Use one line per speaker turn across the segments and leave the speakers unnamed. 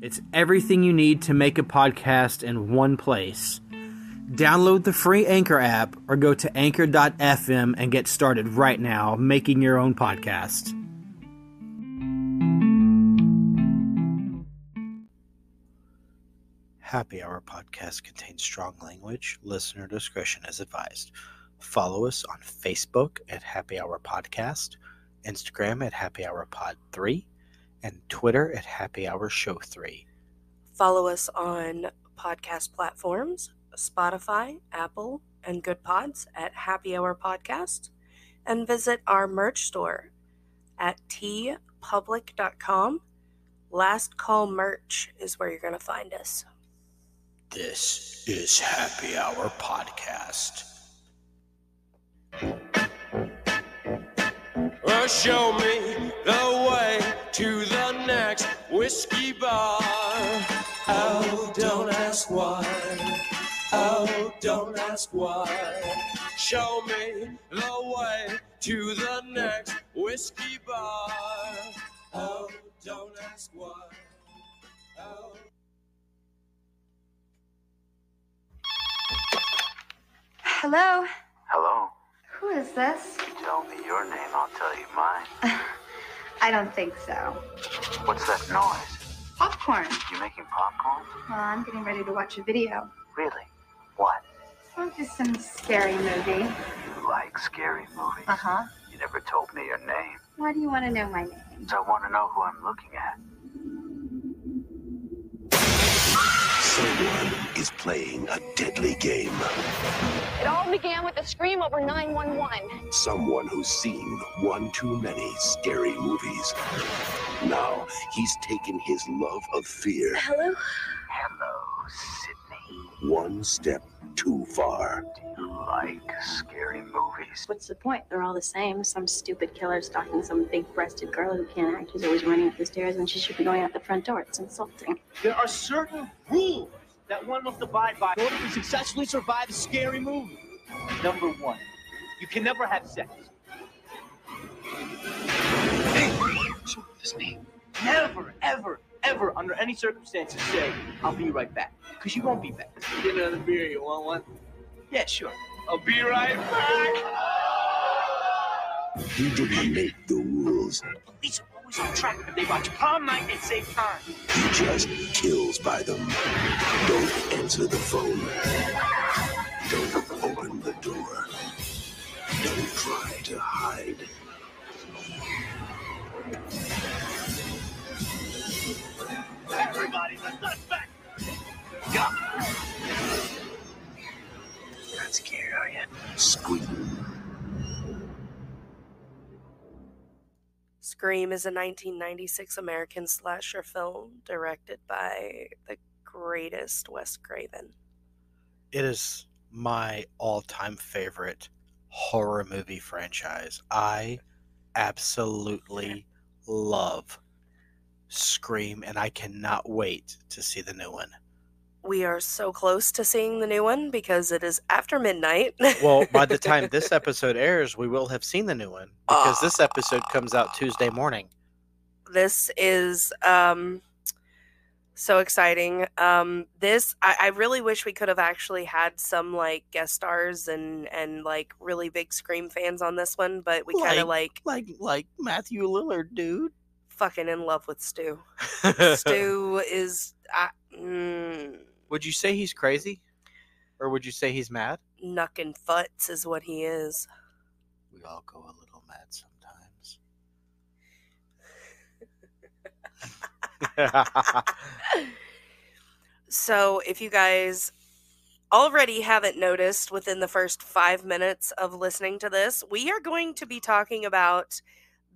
It's everything you need to make a podcast in one place. Download the free Anchor app or go to anchor.fm and get started right now making your own podcast. Happy Hour podcast contains strong language. Listener discretion is advised. Follow us on Facebook at Happy Hour Podcast, Instagram at Happy Hour Pod 3, and Twitter at Happy Hour Show 3.
Follow us on podcast platforms Spotify, Apple, and Good Pods at Happy Hour Podcast. And visit our merch store at tpublic.com. Last Call Merch is where you're going to find us.
This is Happy Hour Podcast.
Well, Uh, show me the way to the next whiskey bar. Oh, don't ask why. Oh, don't ask why. Show me the way to the next whiskey bar. Oh, don't ask why. Oh.
Hello,
Hello.
who is this?
You tell me your name, I'll tell you mine.
I don't think so.
What's that noise?
Popcorn.
You making popcorn?
Well, I'm getting ready to watch a video.
Really? What?
Oh, just some scary movie.
You like scary movies?
Uh huh.
You never told me your name,
Why do you want to know my name?
so I want to know who I'm looking at.
Someone is playing a deadly game.
It all began with a scream over 911.
Someone who's seen one too many scary movies. Now he's taken his love of fear
Hello?
Hello, Sydney.
one step too far.
You like scary movies?
What's the point? They're all the same. Some stupid killer stalking some big breasted girl who can't act, who's always running up the stairs, and she should be going out the front door. It's insulting.
There are certain rules that one must abide by in order to successfully survive a scary movie. Number one, you can never have sex. Never, ever, ever, under any circumstances, say, I'll be right back. Because you won't be back.
Get another beer, you want one?
Yeah, sure.
I'll be right back.
He didn't make the rules.
Police are always on track. If they watch Palm Night, they save time.
He just kills by them. Don't answer the phone. Don't open the door. Don't try to hide.
Everybody's a suspect.
Not scared, are you? Squeak.
Scream is a 1996 American slasher film directed by the greatest Wes Craven.
it is my all-time favorite horror movie franchise. I absolutely love Scream and I cannot wait to see the new one.
We are so close to seeing the new one because it is after midnight.
Well, by the time this episode airs, we will have seen the new one because this episode comes out Tuesday morning.
this is um so exciting um this I, I really wish we could have actually had some like guest stars and and like really big scream fans on this one but we kind
Like-
of like
Like like Matthew Lillard, dude.
fucking in love with stu stu is I, mm,
Would you say he's crazy? Or would you say he's mad?
knuckin' futs is what he is
We all go a little mad sometimes.
So, if you guys already haven't noticed within the first five minutes of listening to this, we are going to be talking about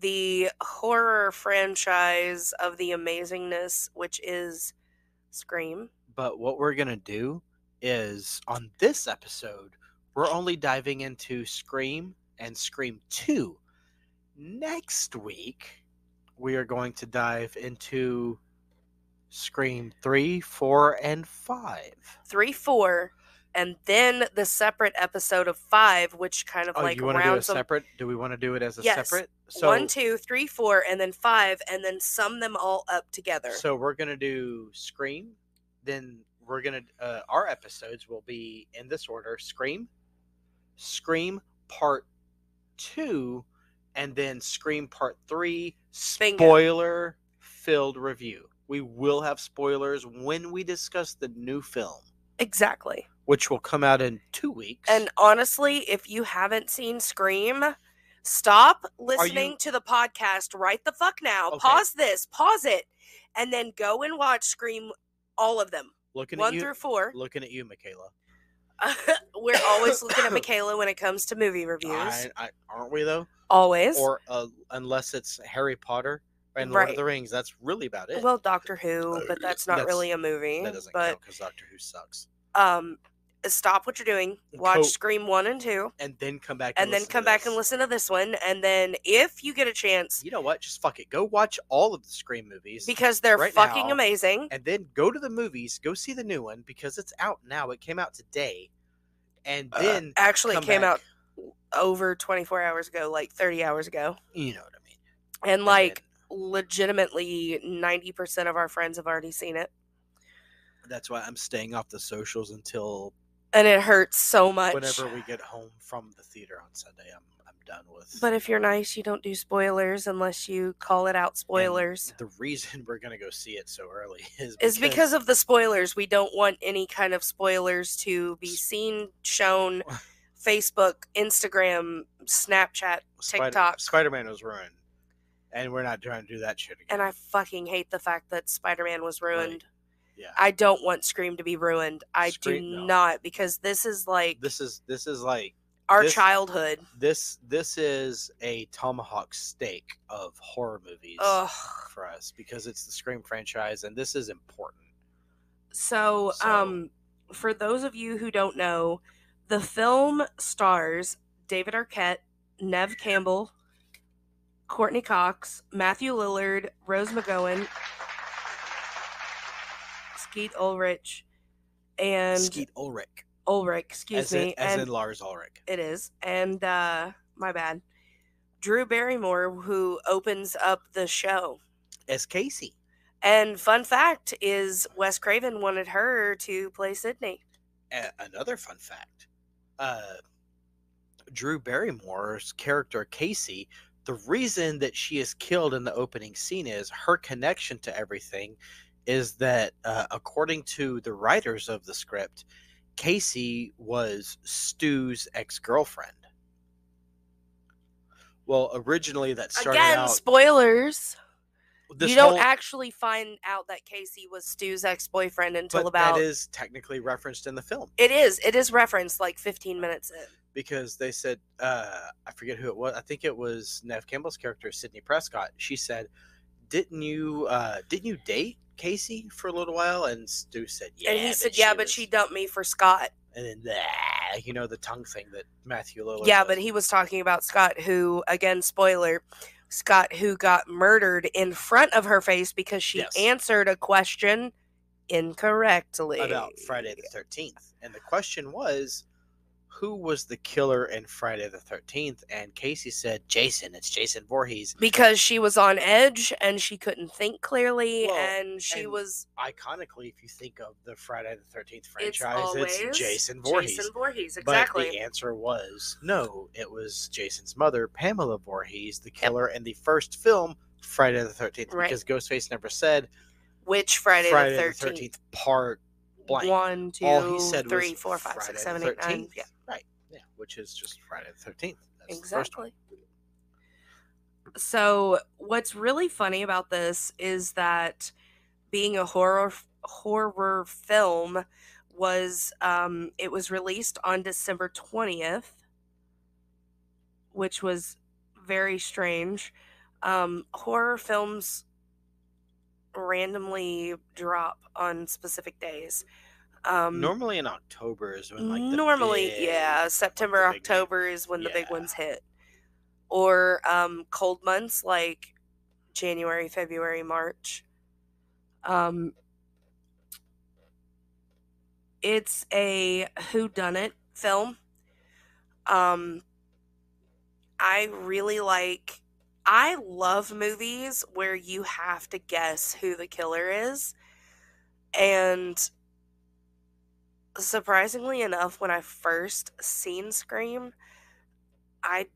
the horror franchise of the amazingness, which is Scream.
But what we're going to do is on this episode, we're only diving into Scream and Scream 2. Next week, we are going to dive into Scream 3, 4, and 5.
three, four, and then the separate episode of five, which kind of
Oh,
like
you want to do a
rounds them
separate? Do we want to do it as a
Yes.
separate? So,
one, two, three, four, and then five, and then sum them all up together.
so we're gonna do Scream. Then we're gonna uh, our episodes will be in this order: Scream, Scream Part Two, and then Scream Part Three.
Bingo.
Spoiler filled review. We will have spoilers when we discuss the new film,
exactly.
which will come out in two weeks.
And honestly, if you haven't seen Scream, stop listening
you-
to the podcast right the fuck now.
Okay.
Pause this, pause it, and then go and watch Scream all of them.
looking at
One
you,
through four.
looking at you, Michaela.
We're always looking at Michaela when it comes to movie reviews.
I, I, aren't we though?
always.
or uh, unless it's Harry Potter and Lord of the Rings. That's really about it. Uh,
well, Doctor Who, but that's not
That's-
really a movie.
that doesn't
but
count because Doctor Who sucks.
um stop what you're doing watch
Co-
scream one and two
And then come back and,
and then
listen to
come back and
this.
listen to this one and then if you get a chance
You know what? Just fuck it. Go watch all of the Scream movies,
because they're
right
fucking
now-
amazing
and then go to the movies. Go see the new one because it's out now. It came out today, and
Uh,
then
actually it
come
came
back.
out over 24 hours ago like 30 hours ago
You know what I mean?
and
And
like legitimately 90% of our friends have already seen it
then that's why I'm staying off the socials until
and it hurts so much
whenever we get home from the theater on Sunday. I'm I'm done with.
but if you're nice you don't do spoilers unless you call it out
And
spoilers
The reason we're gonna go see it so early is
is because of the spoilers. We don't want any kind of spoilers to be seen, shown, Facebook, Instagram, Snapchat, TikTok.
Spider Man was ruined, and we're not trying to do that shit again.
And I fucking hate the fact that Spider Man was
Right.
ruined.
yeah,
I don't want Scream to be ruined. I
Scream-
do
no.
not because this is like
this is this is like
our
this-
childhood.
this this is a tomahawk steak of horror movies
Ugh.
for us because it's the Scream franchise, and this is important.
So,
So-
um, for those of you who don't know, the film stars David Arquette, Nev Campbell, Courtney Cox, Matthew Lillard, Rose McGowan, Skeet Ulrich, and
Skeet Ulrich,
Ulrich, excuse
as,
me,
in, as
and
in Lars Ulrich.
it is, and uh, my bad, Drew Barrymore, who opens up the show.
as Casey.
And fun fact is, Wes Craven wanted her to play Sydney.
A- another fun fact: uh, Drew Barrymore's character Casey. The reason that she is killed in the opening scene is her connection to everything is that, uh, according to the writers of the script, Casey was Stu's ex girlfriend. Well, originally that started
Again,
out.
spoilers.
this
you don't
whole-
actually find out that Casey was Stu's ex boyfriend until
but
about.
that is technically referenced in the film.
it is. It is referenced like 15 minutes in.
because they said uh, I forget who it was. I think it was Nev Campbell's character, Sydney Prescott. She said, "Didn't you uh, didn't you date Casey for a little while?" And Stu said, "Yeah."
and he said,
she
Yeah, but
was-"
she dumped me for Scott.
And then "Nah," you know the tongue thing that Matthew Lillard.
yeah,
does.
but he was talking about Scott, who, again, spoiler, Scott, who got murdered in front of her face because she
Yes.
answered a question incorrectly.
about Friday the Thirteenth, and the question was. Who was the killer in Friday the 13th? And Casey said, Jason, it's Jason Voorhees.
Because she was on edge and she couldn't think clearly,
Well,
and she
and
was
Iconically, if you think of the Friday the 13th
it's
franchise, it's,
always
Jason Voorhees.
Jason Voorhees, exactly.
But the answer was no. It was Jason's mother, Pamela Voorhees, the killer in the first film, Friday the 13th,
Right.
because Ghostface never said
Which Friday, the 13th?
part blank.
One, two,
All he said
three,
was
four, five, six,
Friday
seven,
the
eight, nine.
13th.
Yeah,
Right. Yeah. Which is just Friday the 13th. That's the first one.
exactly. So, what's really funny about this is that being a horror horror film was um, it was released on December twentieth, which was very strange. Um, horror films randomly drop on specific days. Um,
normally in October is when like the
normally,
big-
yeah, September,
like the big deal.
October is when the big
Yeah.
ones hit, or um, cold months like January, February, March. Um, it's a who done it film. Um, I really like. I love movies where you have to guess who the killer is, and surprisingly enough, when I first seen Scream, I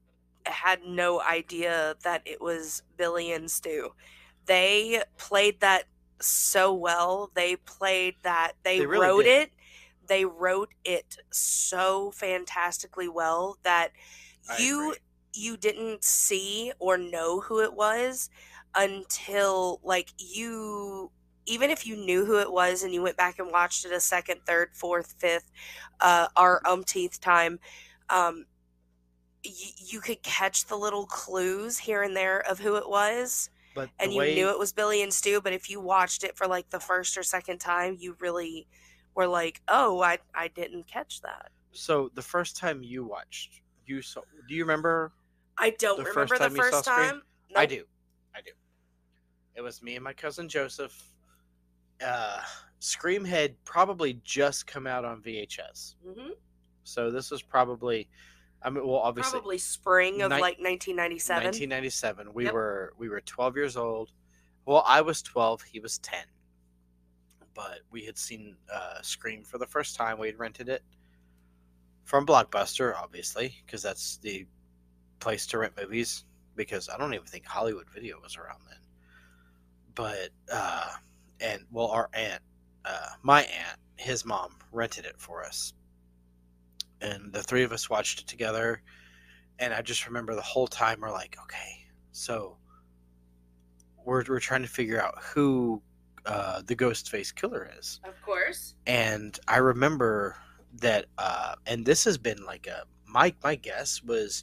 had no idea that it was Billy and Stu. They played that so well. They played that. They,
They really
wrote
did.
it. They wrote it so fantastically well that
I
you
agree.
you didn't see or know who it was until like you even if you knew who it was and you went back and watched it a second, third, fourth, fifth, uh, our umpteenth time, um, y- you could catch the little clues here and there of who it was,
But the
and you
way,
knew it was Billy and Stu. But if you watched it for like the first or second time, you really were like, "Oh, I I didn't catch that."
So the first time you watched, you saw. Do you remember?
I don't
The first
remember
time
the
you saw
first
Scream?
time.
I
Nope.
do. I do. It was me and my cousin Joseph. Uh, Scream had probably just come out on VHS,
Mhm.
so this was probably. I mean, well, obviously,
Probably spring of
Nin-
like 1997.
1997. We
Yep.
were we were 12 years old. Well, I was 12. He was 10. But we had seen uh, Scream for the first time. We had rented it from Blockbuster, obviously, because that's the place to rent movies. Because I don't even think Hollywood Video was around then. But uh, and well, our aunt, uh, my aunt, his mom rented it for us, and the three of us watched it together and I just remember the whole time we're like, okay, so we're, we're trying to figure out who uh, the ghost face killer is.
Of course.
And I remember that, uh, and this has been like a my my guess was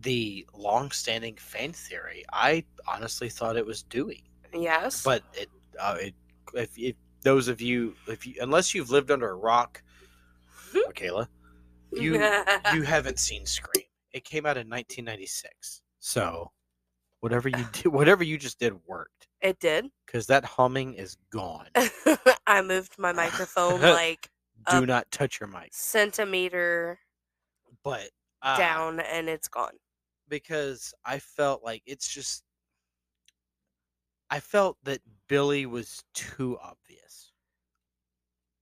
the long-standing fan theory. I honestly thought it was Dewey,
Yes.
but it uh, it if, if those of you if you unless you've lived under a rock, Michaela, you you haven't seen Scream. It came out in 1996. So whatever you did, whatever you just did worked
it did.
because that humming is gone.
I moved my microphone like
Do
Up.
not touch your mic.
centimeter
But uh,
down and it's gone.
because I felt like it's just I felt that Billy was too obvious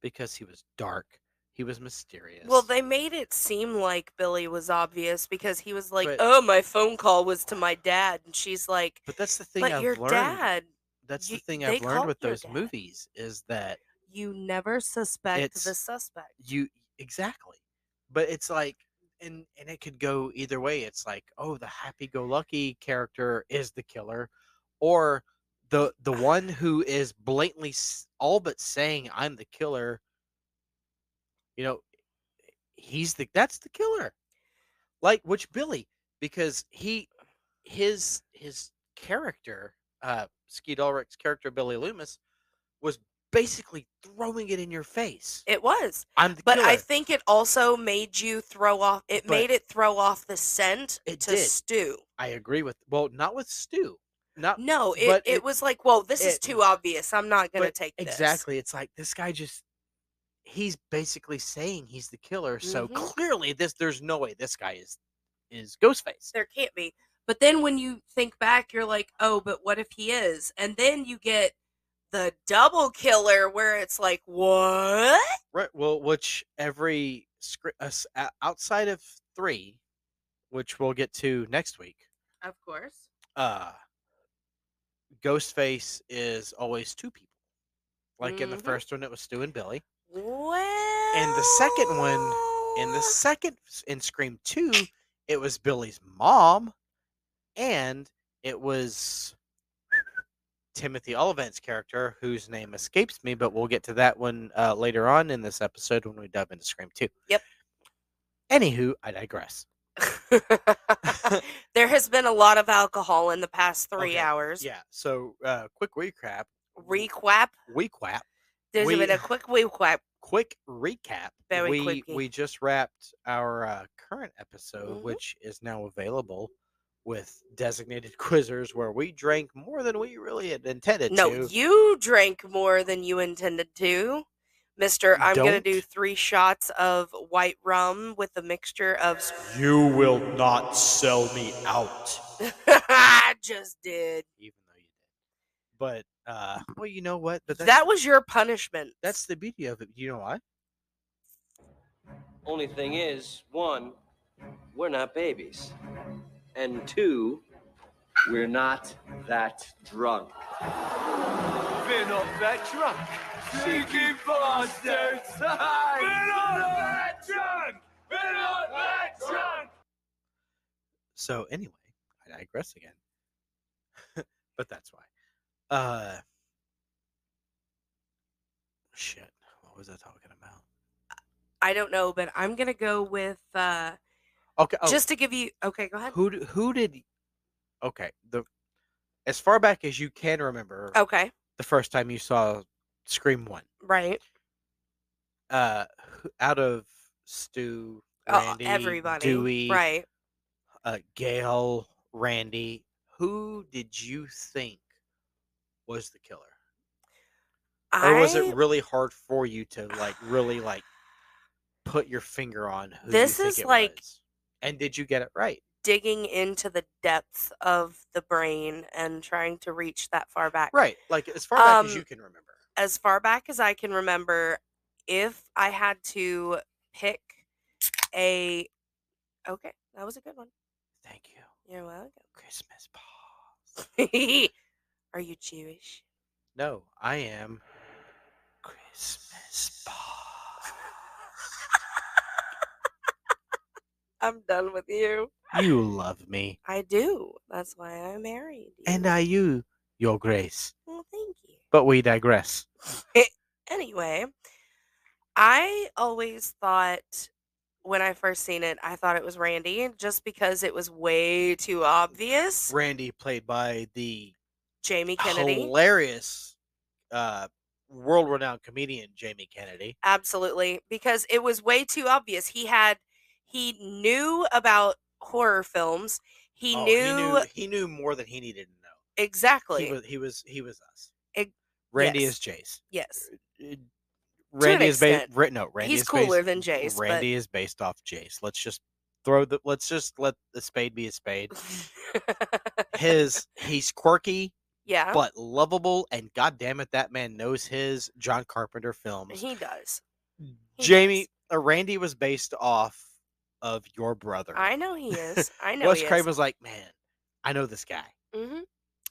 because he was dark. He was mysterious.
Well, they made it seem like Billy was obvious because he was like,
But-
"Oh, my phone call was to my dad," and she's like,
but that's the thing
"But
I've
your
learned.
dad,
that's the
you-
thing
they
I've learned
called
with
your
those
dad.
movies is that
you never suspect the
It's-
suspect."
you exactly but it's like and and it could go either way it's like oh the happy-go-lucky character is the killer or the the one who is blatantly s- all but saying i'm the killer you know he's the that's the killer like which billy because he his his character uh skeet ulrich's character billy loomis was basically throwing it in your face
It was,
i'm the
but
killer
I think it also made you throw off. It
But-
made it throw off the scent
It
to
did.
stew.
I agree with well, not with Stu. Not
No, it,
Uh, but
it,
it-
was like, "Whoa, this is
it-
too obvious. I'm not gonna
but
take this."
exactly. It's like this guy just he's basically saying he's the killer, so
Mhm.
clearly this there's no way this guy is is Ghostface.
there can't be. But then when you think back, you're like, oh, but what if he is? And then you get the double killer where it's like, what?
Right. Well, which every script outside of 3, which we'll get to next week.
Of course.
Uh Ghostface is always two people. Like in the
Mhm.
first one it was Stu and Billy.
Well.
the second one, In the second, in Scream 2, it was Billy's mom and it was Timothy Ollivant's character, whose name escapes me, but we'll get to that one uh, later on in this episode when we dive into Scream 2.
Yep.
Anywho, I digress.
there has been a lot of alcohol in the past three
Okay,
hours.
Yeah, so uh, quick recap
requap.
Weequap.
There's
We-
been a quick requap.
Quick recap.
Very
we
quickly.
we just wrapped our uh, current episode,
Mhm.
which is now available with designated quizzers, where we drank more than we really had intended
No,
to.
you drank more than you intended to. Mister, I'm going to do
Don't.
three shots of white rum with a mixture of. s-
You will not sell me out.
I just did.
Even though you did. But uh, well, you know what? But that's,
That was your punishment.
that's the beauty of it. You know what?
Only thing is, one, we're not babies. And two, we're not that drunk. We're not that drunk. Sneaky bastards! We're not that drunk! We're not that drunk!
So anyway, I digress again. but that's why. Uh shit. What was I talking about?
I don't know, but I'm going to go with. uh
Okay, oh,
Just to give you. Okay, go ahead.
who d- who did Okay, the as far back as you can remember
Okay,
the first time you saw Scream 1.
right.
Uh who- out of Stu,
Oh,
Randy,
everybody.
Dewey,
Right.
uh, Gail, Randy, who did you think was the killer? or was
I-
it really hard for you to like really like put your finger on who you
This
think
is
it
like-
was? and did you get it right
digging into the depths of the brain and trying to reach that far back.
right like as far back as
Um,
you can remember
As far back as I can remember, if I had to pick a. Okay, that was a good one.
thank you
You're welcome.
christmas pause
Are you Jewish?
no i am christmas pause
I'm done with you.
you love me
I do. That's why I married you.
and i you your grace
Well, thank you.
but we digress
anyway, I always thought when I first seen it, I thought it was Randy just because it was way too obvious.
randy played by the
Jamie Kennedy.
hilarious uh world-renowned comedian jamie kennedy
Absolutely. Because it was way too obvious. He had he knew about horror films. He,
Oh,
knew,
he knew he knew more than he needed to know
exactly.
He was he was he was us.
Ex-
Randy
yes.
is Jace.
yes.
Uh, Randy is based.
extent.
Ra- no, Randy
He's
is
cooler
based,
than Jace, but-
Randy is based off Jace. Let's just throw the. Let's just let the spade be a spade. His he's quirky
yeah.
but lovable, and god damn it, that man knows his John Carpenter films.
he does. he
Mm, Jamie uh, Randy was based off of your brother.
I know he is. I know
uh, Wes
he
Craven was like, man, I know this guy.
is. hmm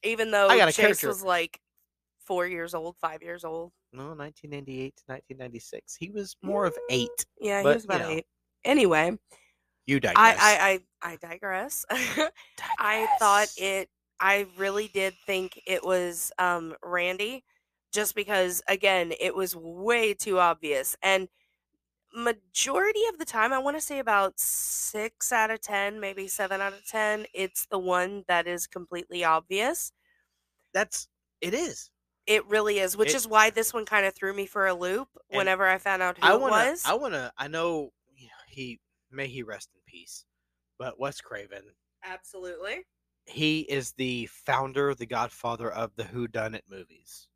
Even though
got a
Chase
character-
was like four years old, five years old.
No, 1998 to 1996. He was more of eight.
Yeah,
But,
he was
you
about
know,
eight. Anyway,
You digress.
I, I I I digress. I thought
Digress.
it. I really did think it was um, Randy, just because again it was way too obvious. And majority of the time, I want to say about six out of ten, maybe seven out of ten, it's the one that is completely obvious.
That's it is.
It really is, which
It-
is why this one kind of threw me for a loop
And
whenever I found out who
I
it
want
was.
to. I want to. I know you know, he may he rest in peace, but Wes Craven.
Absolutely.
He is the founder, the godfather of the Who Done It movies,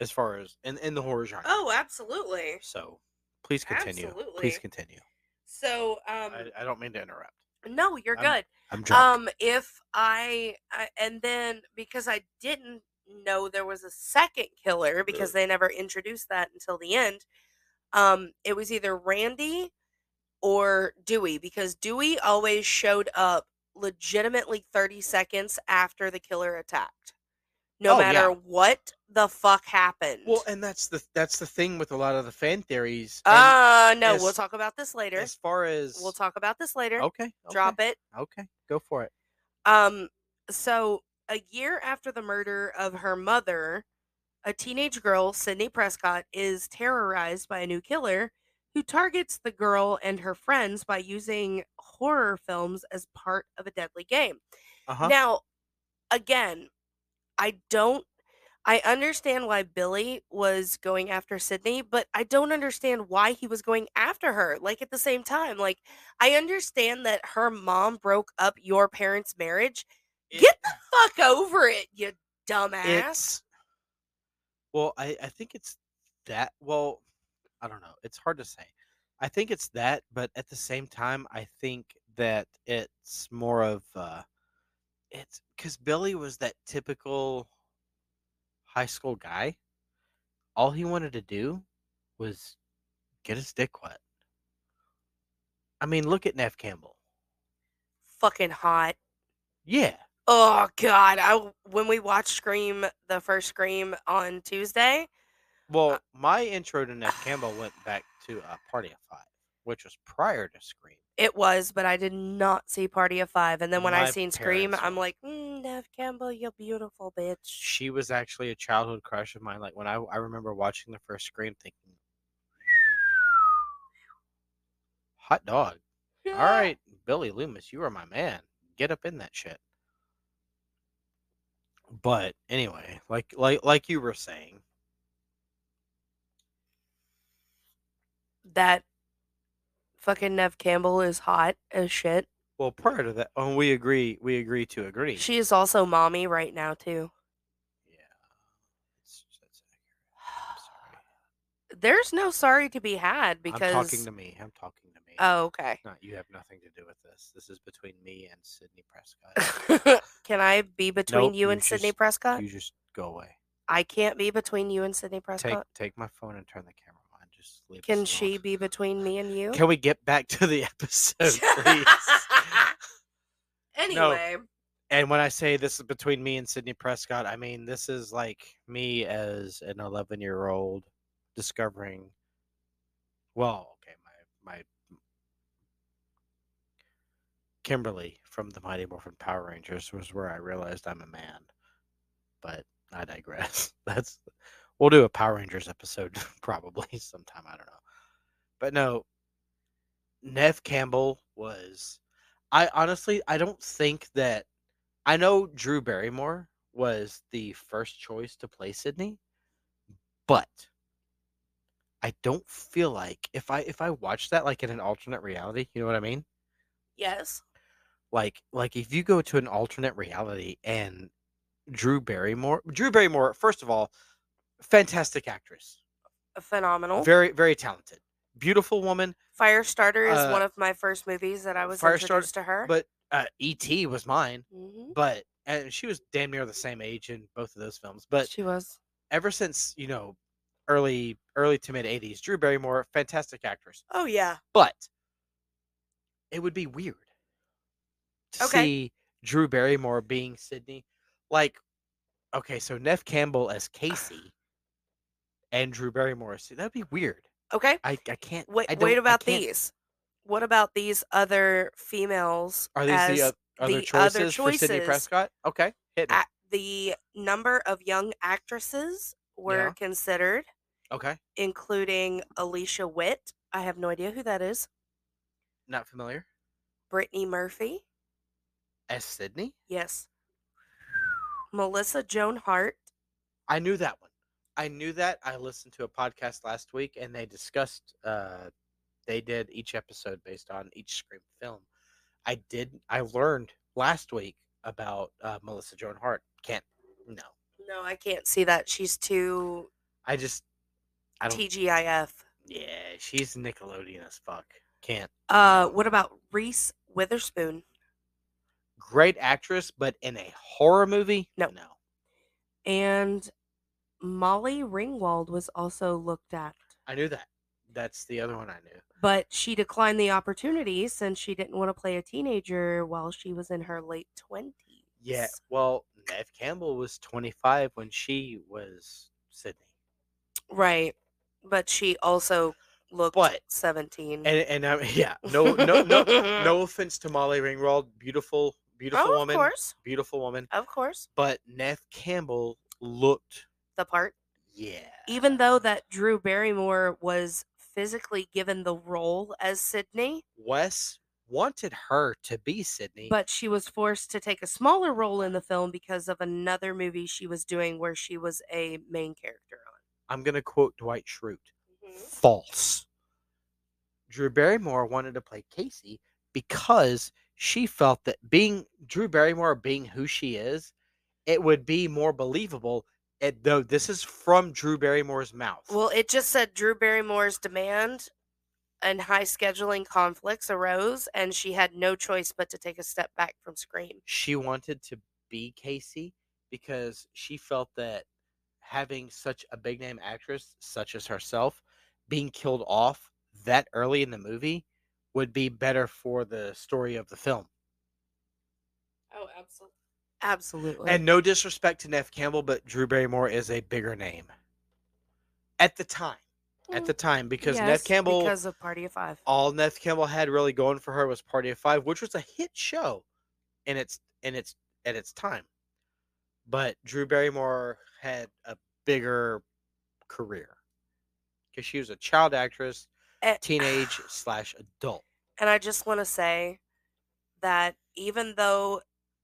as far as in in the horror genre.
Oh, absolutely.
so please continue. Please
absolutely.
continue.
So, um,
I, I don't mean to interrupt.
no, you're
I'm
good.
I'm drunk.
Um, if I, I and then because I didn't know there was a second killer because they never introduced that until the end. Um, it was either Randy or Dewey because Dewey always showed up legitimately 30 seconds after the killer attacked. No
Oh, yeah.
matter what the fuck happened.
well, and that's the that's the thing with a lot of the fan theories. and
uh no, we'll
as-
talk about this later.
as far as
We'll talk about this later.
Okay, okay.
Drop it.
Okay, go for it.
Um, so a year after the murder of her mother, a teenage girl, Sydney Prescott, is terrorized by a new killer who targets the girl and her friends by using horror films as part
Uh-huh.
of a deadly game.
Uh huh.
Now, again, I don't I understand why Billy was going after Sydney, but I don't understand why he was going after her. Like at the same time, like I understand that her mom broke up your parents' marriage.
It-
Get the fuck over it, you dumbass.
It's well, I I think it's that. Well, I don't know. It's hard to say. I think it's that, but at the same time, I think that it's more of uh, it's because Billy was that typical high school guy. All he wanted to do was get his dick wet. I mean, look at Neff Campbell.
Fucking hot.
Yeah,
Oh god, I w- when we watched Scream, the first Scream on Tuesday,
Well, my intro to Neff Campbell went back to a Party of Five, which was prior to Scream.
it was, but I did not see Party of Five. And then when I
My
seen Scream,
parents
I'm
were-
like, mm, Nev Campbell, you beautiful bitch.
She was actually a childhood crush of mine. Like when I, I remember watching the first Scream, thinking, "Hot dog! All right, Billy Loomis, you are my man. Get up in that shit." But anyway, like like like you were saying,
That fucking Nev Campbell is hot as shit.
well, prior to that, oh, we agree, we agree to agree.
She is also mommy right now too.
yeah, it's, it's accurate.
There's no sorry to be had
I'm
because
sorry. I'm talking to me. I'm talking to me.
Oh, okay.
not you have nothing to do with this. This is between me and Sydney Prescott.
Can I be between
Nope,
you
you
and Sydney
just-
Prescott?
you just go away.
I can't be between you and Sydney
Take
Prescott.
take my phone and turn the camera on. Just leave. us
Can
alone.
she be between me and you?
Can we get back to the episode, please?
anyway,
and when I say this is between me and Sydney Prescott, I mean this is like me as an 11 year old discovering. Well, okay, my my Kimberly from the Mighty Morphin Power Rangers was where I realized I'm a man, but I digress. That's we'll do a Power Rangers episode probably sometime. I don't know, but no, Nev Campbell was. I honestly I don't think that I know Drew Barrymore was the first choice to play Sydney, but I don't feel like if I if I watch that like in an alternate reality, you know what I mean?
yes.
Like like if you go to an alternate reality and Drew Barrymore Drew Barrymore, first of all, fantastic actress.
Phenomenal.
Very, very talented. Beautiful woman.
Firestarter is
uh,
one of my first movies that I was
Firestarter,
introduced to her.
But uh, E.T. was mine.
Mhm.
But and she was damn near the same age in both of those films. But
she was
ever since you know early early to mid 80s drew barrymore fantastic actress
Oh yeah.
but it would be weird to
Okay.
see drew barrymore being sydney like okay so neff campbell as casey and drew barrymore as Sid- that'd be weird
Okay.
i, I can't
Wait
I don't-
wait
I
about
can't-
these. What about these other females
are these
as
the o- other,
the
choices
other
for sydney
choices
prescott okay hit me.
a- the number of young actresses were
Yeah.
considered,
okay
including Alicia Witt. I have no idea who that is.
not familiar
Brittany Murphy.
as sydney
Yes. Melissa Joan Hart.
I knew that one. I knew that. I listened to a podcast last week and they discussed uh they did each episode based on each scream film. I did I learned last week about uh, Melissa Joan Hart. Can't no.
No, I can't see that. She's too
I just I don't
TGIF.
Yeah, she's Nickelodeon as fuck. Can't.
Uh, what about Reese Witherspoon
Great actress, but in a horror movie?
No.
No.
and Molly Ringwald was also looked at,
I knew that. That's the other one I knew.
but she declined the opportunity since she didn't want to play a teenager while she was in her late twenties.
Yeah, well, Nev Campbell was 25 when she was Sydney.
right. But she also looked
But-
seventeen.
And and um, yeah, no no no no offense to Molly Ringwald, beautiful beautiful
oh,
woman,
of course,
beautiful woman,
of course,
but Neff Campbell looked
the part.
yeah.
Even though that Drew Barrymore was physically given the role as Sydney,
Wes wanted her to be Sydney.
but she was forced to take a smaller role in the film because of another movie she was doing where she was a main character
I'm going to quote Dwight Schrute.
on.
False. Drew Barrymore wanted to play Casey because she felt that being Drew Barrymore being who she is, it would be more believable. It, though this is from Drew Barrymore's mouth.
Well, it just said Drew Barrymore's demand and high scheduling conflicts arose, and she had no choice but to take a step back from Scream.
she wanted to be Casey because she felt that having such a big name actress such as herself being killed off that early in the movie would be better for the story of the film.
Oh, absolutely. Absolutely.
And no disrespect to Neff Campbell, but Drew Barrymore is a bigger name at the time. At the time, because Neff Campbell,
Because of Party of Five.
all Neff Campbell had really going for her was Party of Five, which was a hit show in its in its at its time. But Drew Barrymore had a bigger career because she was a child actress,
Eh,
teenage slash adult.
And I just want to say that even though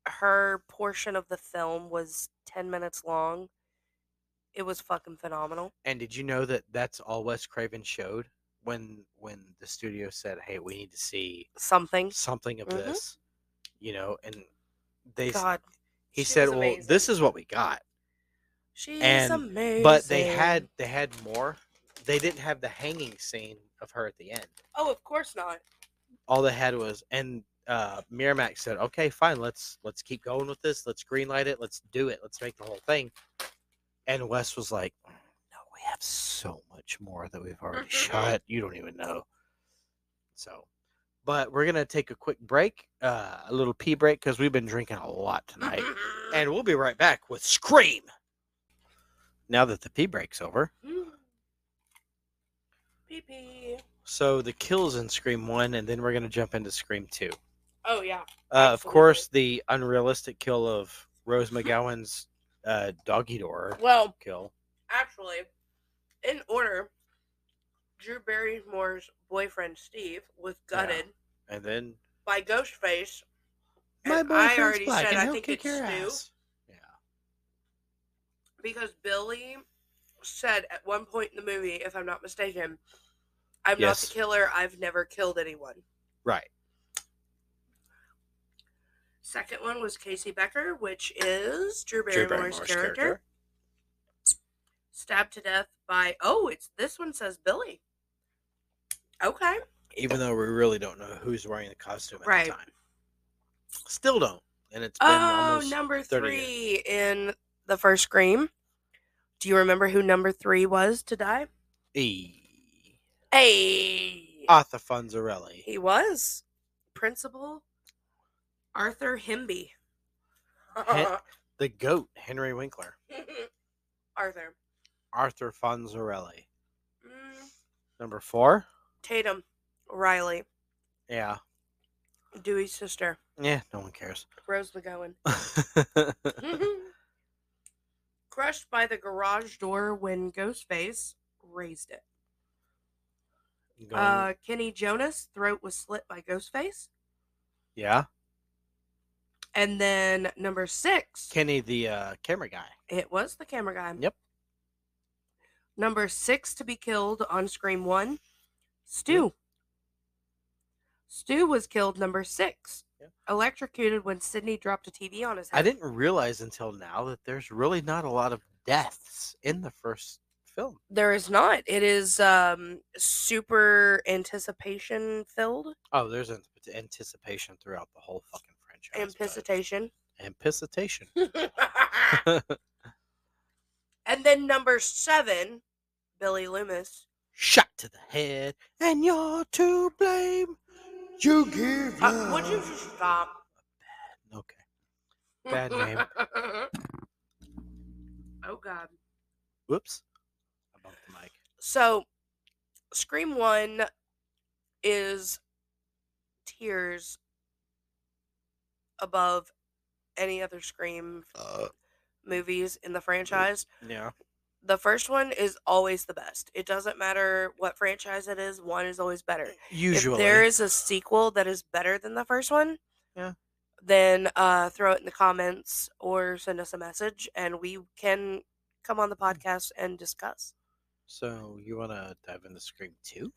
her portion of the film was 10 minutes long, it was fucking phenomenal.
And did you know that that's all Wes Craven showed when when the studio said, "Hey, we need to see
Something.
something of
Mhm.
this," you know, and they s-
God,
he
she
said,
was
"Well,
amazing.
this is what we got."
she's
and-
amazing.
but they had they had more they didn't have the hanging scene of her at the end
Oh, of course not.
all they had was and uh miramax said okay fine let's let's keep going with this let's greenlight it let's do it let's make the whole thing and wes was like "Mm, no we have so much more that we've already
Mm-hmm.
shot you don't even know so but we're gonna take a quick break uh a little pee break because we've been drinking a lot tonight
Mm-hmm.
and we'll be right back with scream now that the pee break's over
Mm. Pee pee.
So the kills in Scream One, and then we're gonna jump into Scream Two.
Oh, yeah.
Uh, of
Absolutely.
course, the unrealistic kill of Rose McGowan's uh, doggy door
Well,
kill.
actually, in order, Drew Barrymore's boyfriend Steve was
Yeah.
gutted
And then
by Ghostface. and
boyfriend's
I already said I
he'll
think it's
kick your
Stu
ass. Yeah,
because Billy said at one point in the movie, if I'm not mistaken, I'm not
Yes.
the killer. I've never killed anyone.
right.
Second one was Casey Becker, which is Drew
Drew
Barrymore's,
Barrymore's
character, stabbed to death by. Oh, it's this one says Billy. Okay.
Even though we really don't know who's wearing the costume at
Right.
the time, still don't. And it's been
Oh,
almost
number
30 years.
three in the first Scream. Do you remember who number three was to die?
E.
Hey,
Arthur Fonzarelli.
Uh, he was Principal Arthur Himby.
The goat, Henry Winkler.
Arthur
Arthur Fonzarelli.
Mm,
Number four.
Tatum Riley
Yeah.
Dewey's sister
Yeah, no one cares.
Rose McGowan
Mm-hmm.
crushed by the garage door when Ghostface raised it.
Going-
Uh, Kenny Jonas throat was slit by Ghostface,
yeah.
and then number six.
Kenny, the uh, camera guy.
It was the camera guy.
Yep.
Number six to be killed on Scream One, Stu. Stu was killed number six,
Yep.
electrocuted when Sydney dropped a TV on his head.
I didn't realize until now that there's really not a lot of deaths in the first film.
There is not. It is um super anticipation filled.
Oh, there's an- anticipation throughout the whole fucking franchise. but-
Anticipation.
Anticipation.
and then number seven, Billy Loomis.
Shot to the head, and you're to blame. You give.
Uh, would you just stop?
love. Okay. Bad name.
oh God.
Whoops. I bumped the mic.
So, Scream One is tears above
Uh.
any other Scream movies in the franchise.
Yeah.
The first one is always the best. It doesn't matter what franchise it is, one is always better.
Usually.
If there is a sequel that is better than the first one,
Yeah.
then uh, throw it in the comments or send us a message and we can come on the
Mm.
podcast and discuss.
So you want to dive into Scream 2?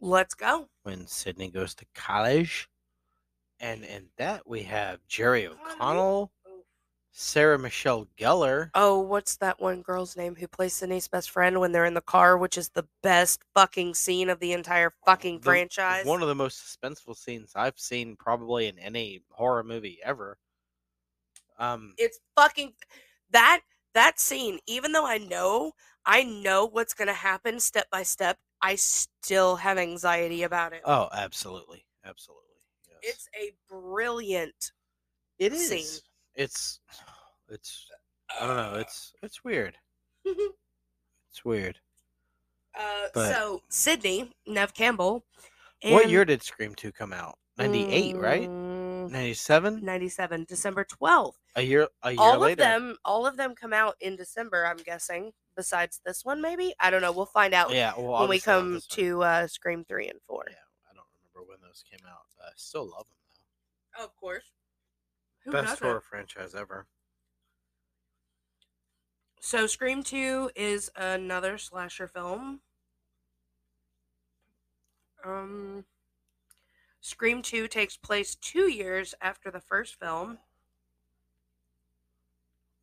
Let's go.
When Sydney goes to college. And in that we have Jerry O'Connell, Sarah Michelle Gellar.
Oh, what's that one girl's name who plays Sydney's best friend when they're in the car, which is the best fucking scene of the entire fucking
the-
franchise?
One of the most suspenseful scenes I've seen probably in any horror movie ever. Um,
it's fucking that that scene even though i know i know what's going to happen step by step i still have anxiety about it
oh, absolutely, absolutely. Yes.
it's a brilliant
it is.
scene.
It's it's I don't know. It's it's weird. It's weird.
uh,
But-
so sydney nev campbell
what
and-
year did Scream Two come out? Ninety eight, right?
Mm,
Ninety seven.
97 december 12th
A year a year
all
later.
of them all of them come out in december i'm guessing besides this one maybe i don't know we'll find out
yeah. Well,
when we
obviously not
come
this one.
to uh, scream 3 and 4
Yeah, I don't remember when those came out. I still love them though.
of course Who
Best
doesn't?
horror franchise ever.
So Scream 2 is another slasher film. Um Scream 2 takes place 2 years after the first film.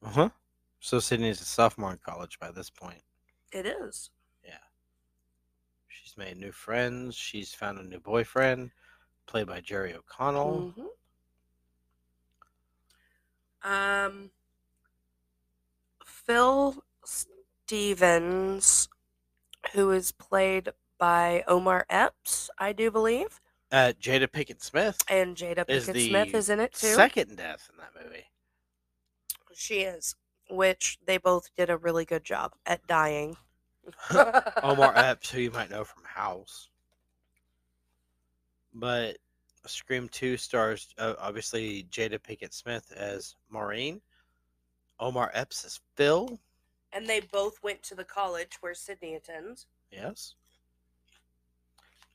Uh
Uh-huh.
huh. So Sydney's a sophomore in college by this point.
It is.
She's made new friends. She's found a new boyfriend, played by Jerry
Mm-hmm.
O'Connell.
Mhm. Um Phil Stevens who is played by Omar Epps, I do believe,
Uh, Jada Pinkett Smith
and Jada
Is
Pinkett Smith
the
is in it too.
second death in that movie.
She is, which they both did a really good job at dying.
Omar Epps, who you might know from House. But Scream 2 stars uh, obviously Jada Pinkett Smith as Maureen, Omar Epps as Phil.
And they both went to the college where Sydney attends.
Yes.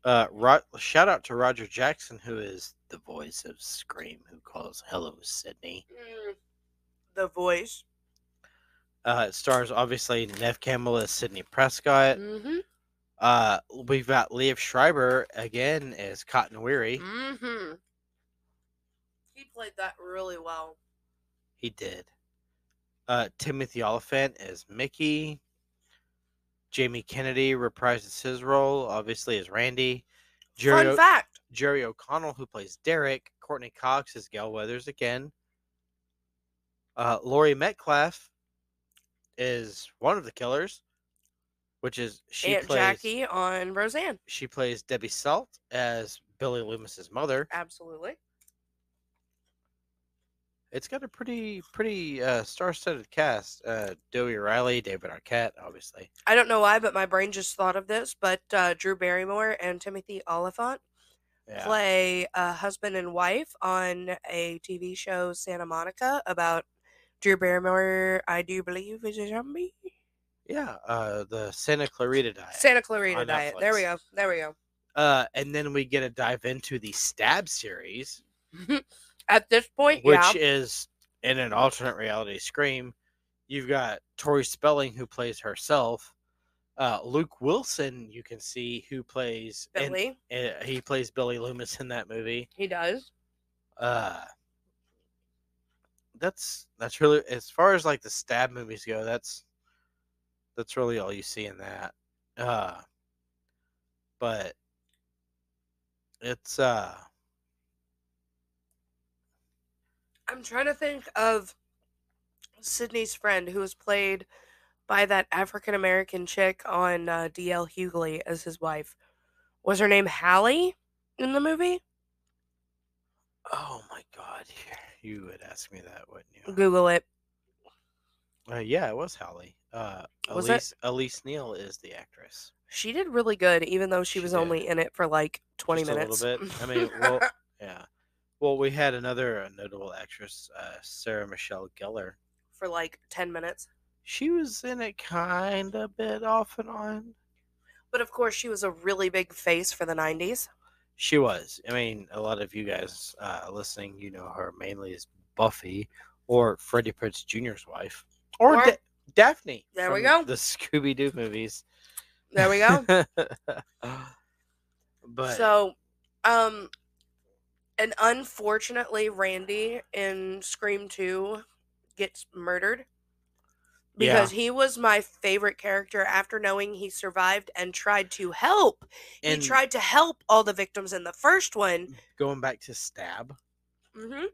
Uh, Ro- shout out to Roger Jackson, who is the voice of Scream, who calls "Hello, Sydney."
Mm. The voice.
Uh, it stars obviously Nev Campbell as Sydney Prescott.
Mm-hmm.
Uh, we've got Liev Schreiber again as Cotton Weary.
Mm-hmm. He played that really well.
He did. Uh, Timothy Oliphant as Mickey. Jamie Kennedy reprises his role, obviously as Randy. Jerry,
Fun
O-
fact.
Jerry O'Connell, who plays Derek, Courtney Cox is Gail Weathers again. Uh, Lori Metcalf is one of the killers, which is she
Aunt
plays
Jackie on Roseanne.
she plays Debbie Salt as Billy Loomis's mother.
Absolutely.
It's got a pretty pretty uh, star-studded cast: uh, Dewey Riley, David Arquette, obviously.
I don't know why, but my brain just thought of this. But uh, Drew Barrymore and Timothy Oliphant play a husband and wife on a TV show, Santa Monica, about Drew Barrymore, I do believe, is a zombie.
yeah. Uh, the Santa Clarita Diet.
Santa Clarita
on
Diet. There we
Netflix.
go. There we go.
uh, and then we get a dive into the Stab series.
At this point,
which
yeah.
is in an alternate reality scream. You've got Tori Spelling who plays herself. Uh, Luke Wilson, you can see who plays and-
Billy,
and he plays Billy Loomis in that movie.
he does.
Uh, that's that's really as far as like the stab movies go. That's that's really all you see in that. Uh, but it's uh
I'm trying to think of Sydney's friend who was played by that African American chick on uh, DL Hughley as his wife. Was her name Hallie in the movie?
oh my god, you would ask me that, wouldn't you?
Google it.
Uh, yeah, it was Holly. Uh,
Was it?
Elise, Elise Neal is the actress.
She did really good, even though she,
She
was
did.
only in it for like 20
Just
minutes.
A little bit. I mean, well, yeah. Well, we had another notable actress, uh, Sarah Michelle uh, Gellar.
for like 10 minutes.
she was in it kind of bit off and on.
But of course, she was a really big face for the 90s.
She was. I mean, a lot of you guys uh, listening, you know her mainly as Buffy or Freddie Prinze Jr.'s wife or,
Or-
Da- Daphne.
There we
from
go.
The Scooby Doo movies.
There we go.
but
So, um, and unfortunately, Randy in Scream 2 gets murdered because he was my favorite character after knowing he survived and tried to help.
and
he tried to help all the victims in the first one.
going back to Stab, Mm.
hmm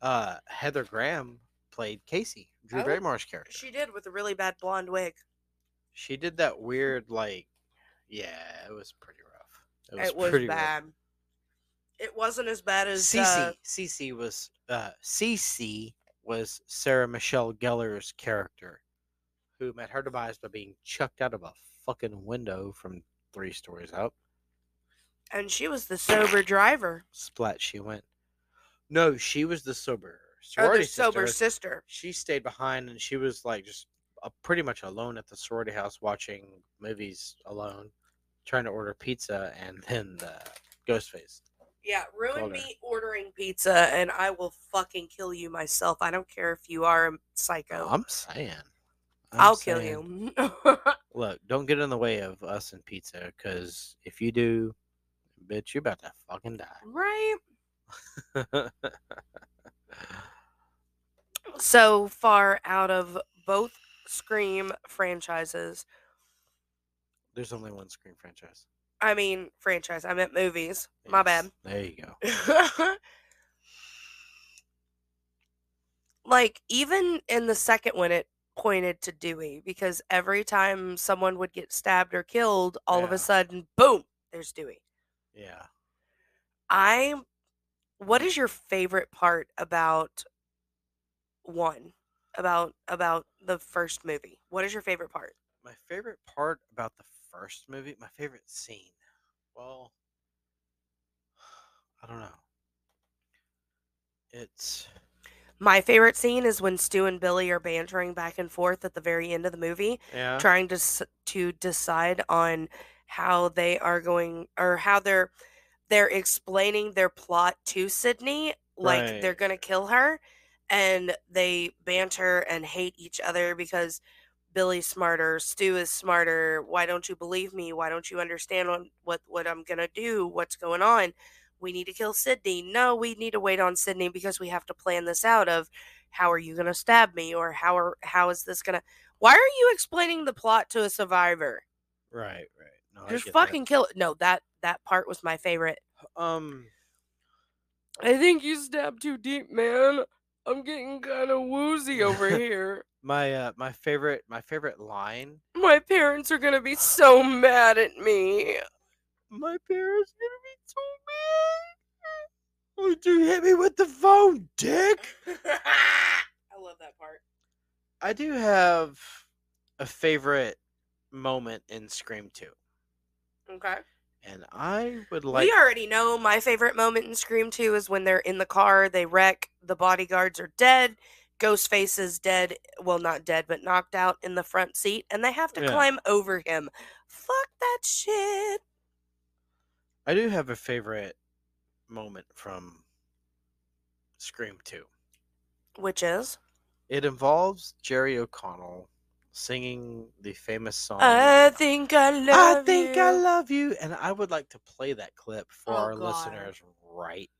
uh, Heather Graham played Casey, Drew
Oh.
Barrymore's character.
She did with a really bad blonde wig.
She did that weird, like, yeah, it was pretty rough.
It was,
pretty rough.
bad. It wasn't as bad as
Cece,
uh,
Cece was uh, Cece was Sarah Michelle Gellar's character, who met her demise by being chucked out of a fucking window from three stories up.
and she was the sober driver.
Splat, she went. No, she was the sober
Or
sorority
Oh, the sober
sister.
sister.
She stayed behind, and she was like just uh, pretty much alone at the sorority house watching movies alone, trying to order pizza, and then the Ghostface.
Yeah, ruin
Called her.
me ordering pizza and I will fucking kill you myself. I don't care if you are a psycho.
I'm saying. i
i will kill you.
look, don't get in the way of us and pizza, because if you do, bitch, you're about to fucking
right?
die.
So far out of both Scream franchises,
There's only one Scream franchise.
I mean, franchise, I meant movies. My
Yes,
bad.
There you go.
like even in the second one it pointed to dewey because every time someone would get stabbed or killed all of
Yeah.
a sudden boom there's dewey
Yeah.
i what is your favorite part about one about about the first movie what is your favorite part
My favorite part about the first movie, my favorite scene. Well, I don't know. It's
my favorite scene is when stu and billy are bantering back and forth at the very end of the movie
yeah.
trying to s- to decide on how they are going or how they're they're explaining their plot to Sydney like they're
Right.
going to kill her and they banter and hate each other because Billy's smarter, Stu is smarter. Why don't you believe me? Why don't you understand what what, what I'm going to do? What's going on? We need to kill Sydney. No, we need to wait on Sydney because we have to plan this out of how are you going to stab me or how are how is this going to why are you explaining the plot to a survivor?
right, right. No, I
Just
get that.
fucking kill it. No, that that part was my favorite.
Um,
I think you stabbed too deep, man. I'm getting kind of woozy over here.
my uh, my favorite my favorite line
My parents are gonna be so mad at me.
My parents are gonna be so mad. Would you hit me with the phone, dick?
I love that part.
I do have a favorite moment in Scream 2,
Okay.
and I would like.
we already know my favorite moment in Scream 2 is when they're in the car, they wreck, the bodyguards are dead, Ghostface is dead, well, not dead, but knocked out in the front seat, and they have to
Yeah.
climb over him. Fuck that shit.
I do have a favorite moment from Scream 2.
Which is.
It involves Jerry O'Connell singing the famous song.
I think I love
Oh, I think I
you.
love you, and I would like to play that clip for
Oh,
our
God.
listeners right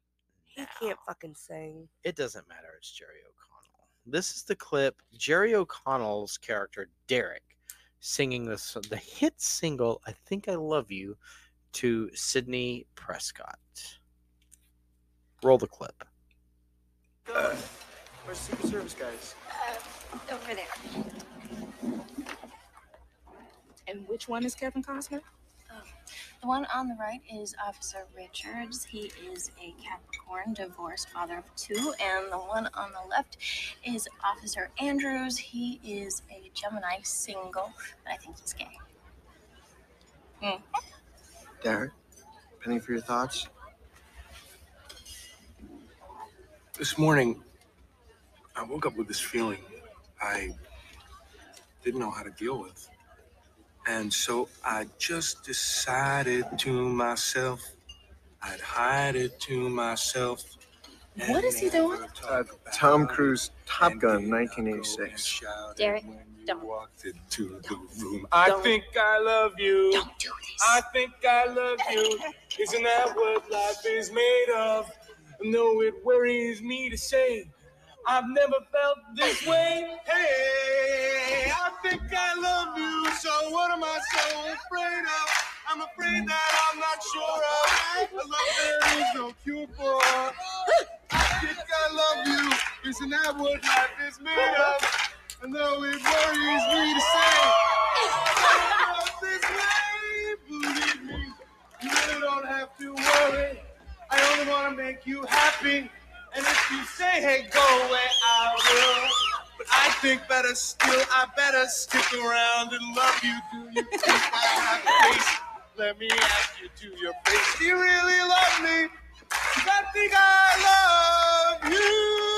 He
now.
can't fucking sing.
it doesn't matter. It's Jerry O'Connell. This is the clip Jerry O'Connell's character Derek singing the s- the hit single "I Think I Love You" to Sidney Prescott. Roll the clip.
Where's Secret Service guys?
Over there.
And which one is Kevin Costner?
The one on the right is Officer Richards. He is a Capricorn, divorced father of two. And the one on the left is Officer Andrews. He is a Gemini, single, but I think he's gay. Hmm.
Derek, penny for your thoughts. This morning, I woke up with this feeling. I
didn't know how to deal with. And so I just decided to myself, I'd hide it to myself.
What is he doing?
Uh, Tom Cruise, Top Gun, 1986.
Derek, don't.
Walked into the room. I think I love you. Don't do this. I think I love you. Isn't that what life is made of? No, it worries me to say. I've never felt this way. Hey, I think I love you. So what am I so afraid of? I'm afraid that I'm not sure of. A love there is no cure for. I think I love you. Isn't that what life is made of? And though it worries me to say. I love this way. Believe me, you really don't have to worry. I only want to make you happy. And if you say, hey, go away, I will. But I think better still, I better stick around and love you. Do you think I have a face? Let me ask you to your face. Do you really love me? 'Cause I think I love you.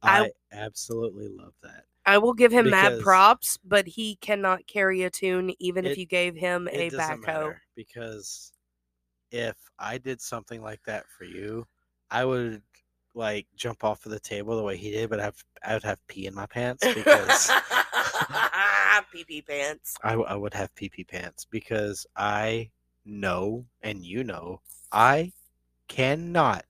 I,
I-
absolutely love that.
I will give him mad
Because-
props, but he cannot carry a tune even if
It-
you gave him a
It doesn't
backhoe.
matter because if I did something like that for you, I would like jump off of the table the way he did, but I have I would have pee in my pants because
Pee pee pants.
I, w- I would have pee pee pants because I know and you know I cannot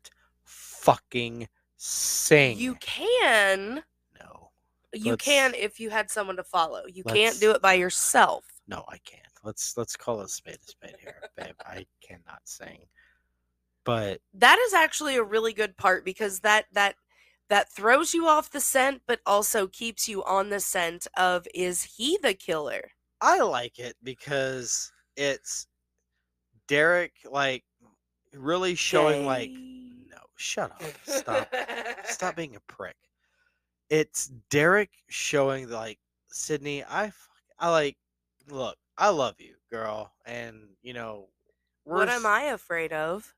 fucking sing.
You can.
no,
You
Let's-
can if you had someone to follow. You
let's-
can't do it by yourself.
no, I can't. Let's let's call a spade a spade here, babe. I cannot sing, but
That is actually a really good part because that that that throws you off the scent, but also keeps you on the scent of is he the killer?
I like it because it's Derek like really showing like no, shut up. Stop. Stop being a prick. It's Derek showing like Sydney, I f- I like look, I love you, girl, and you know we're
What am
s-
I afraid of?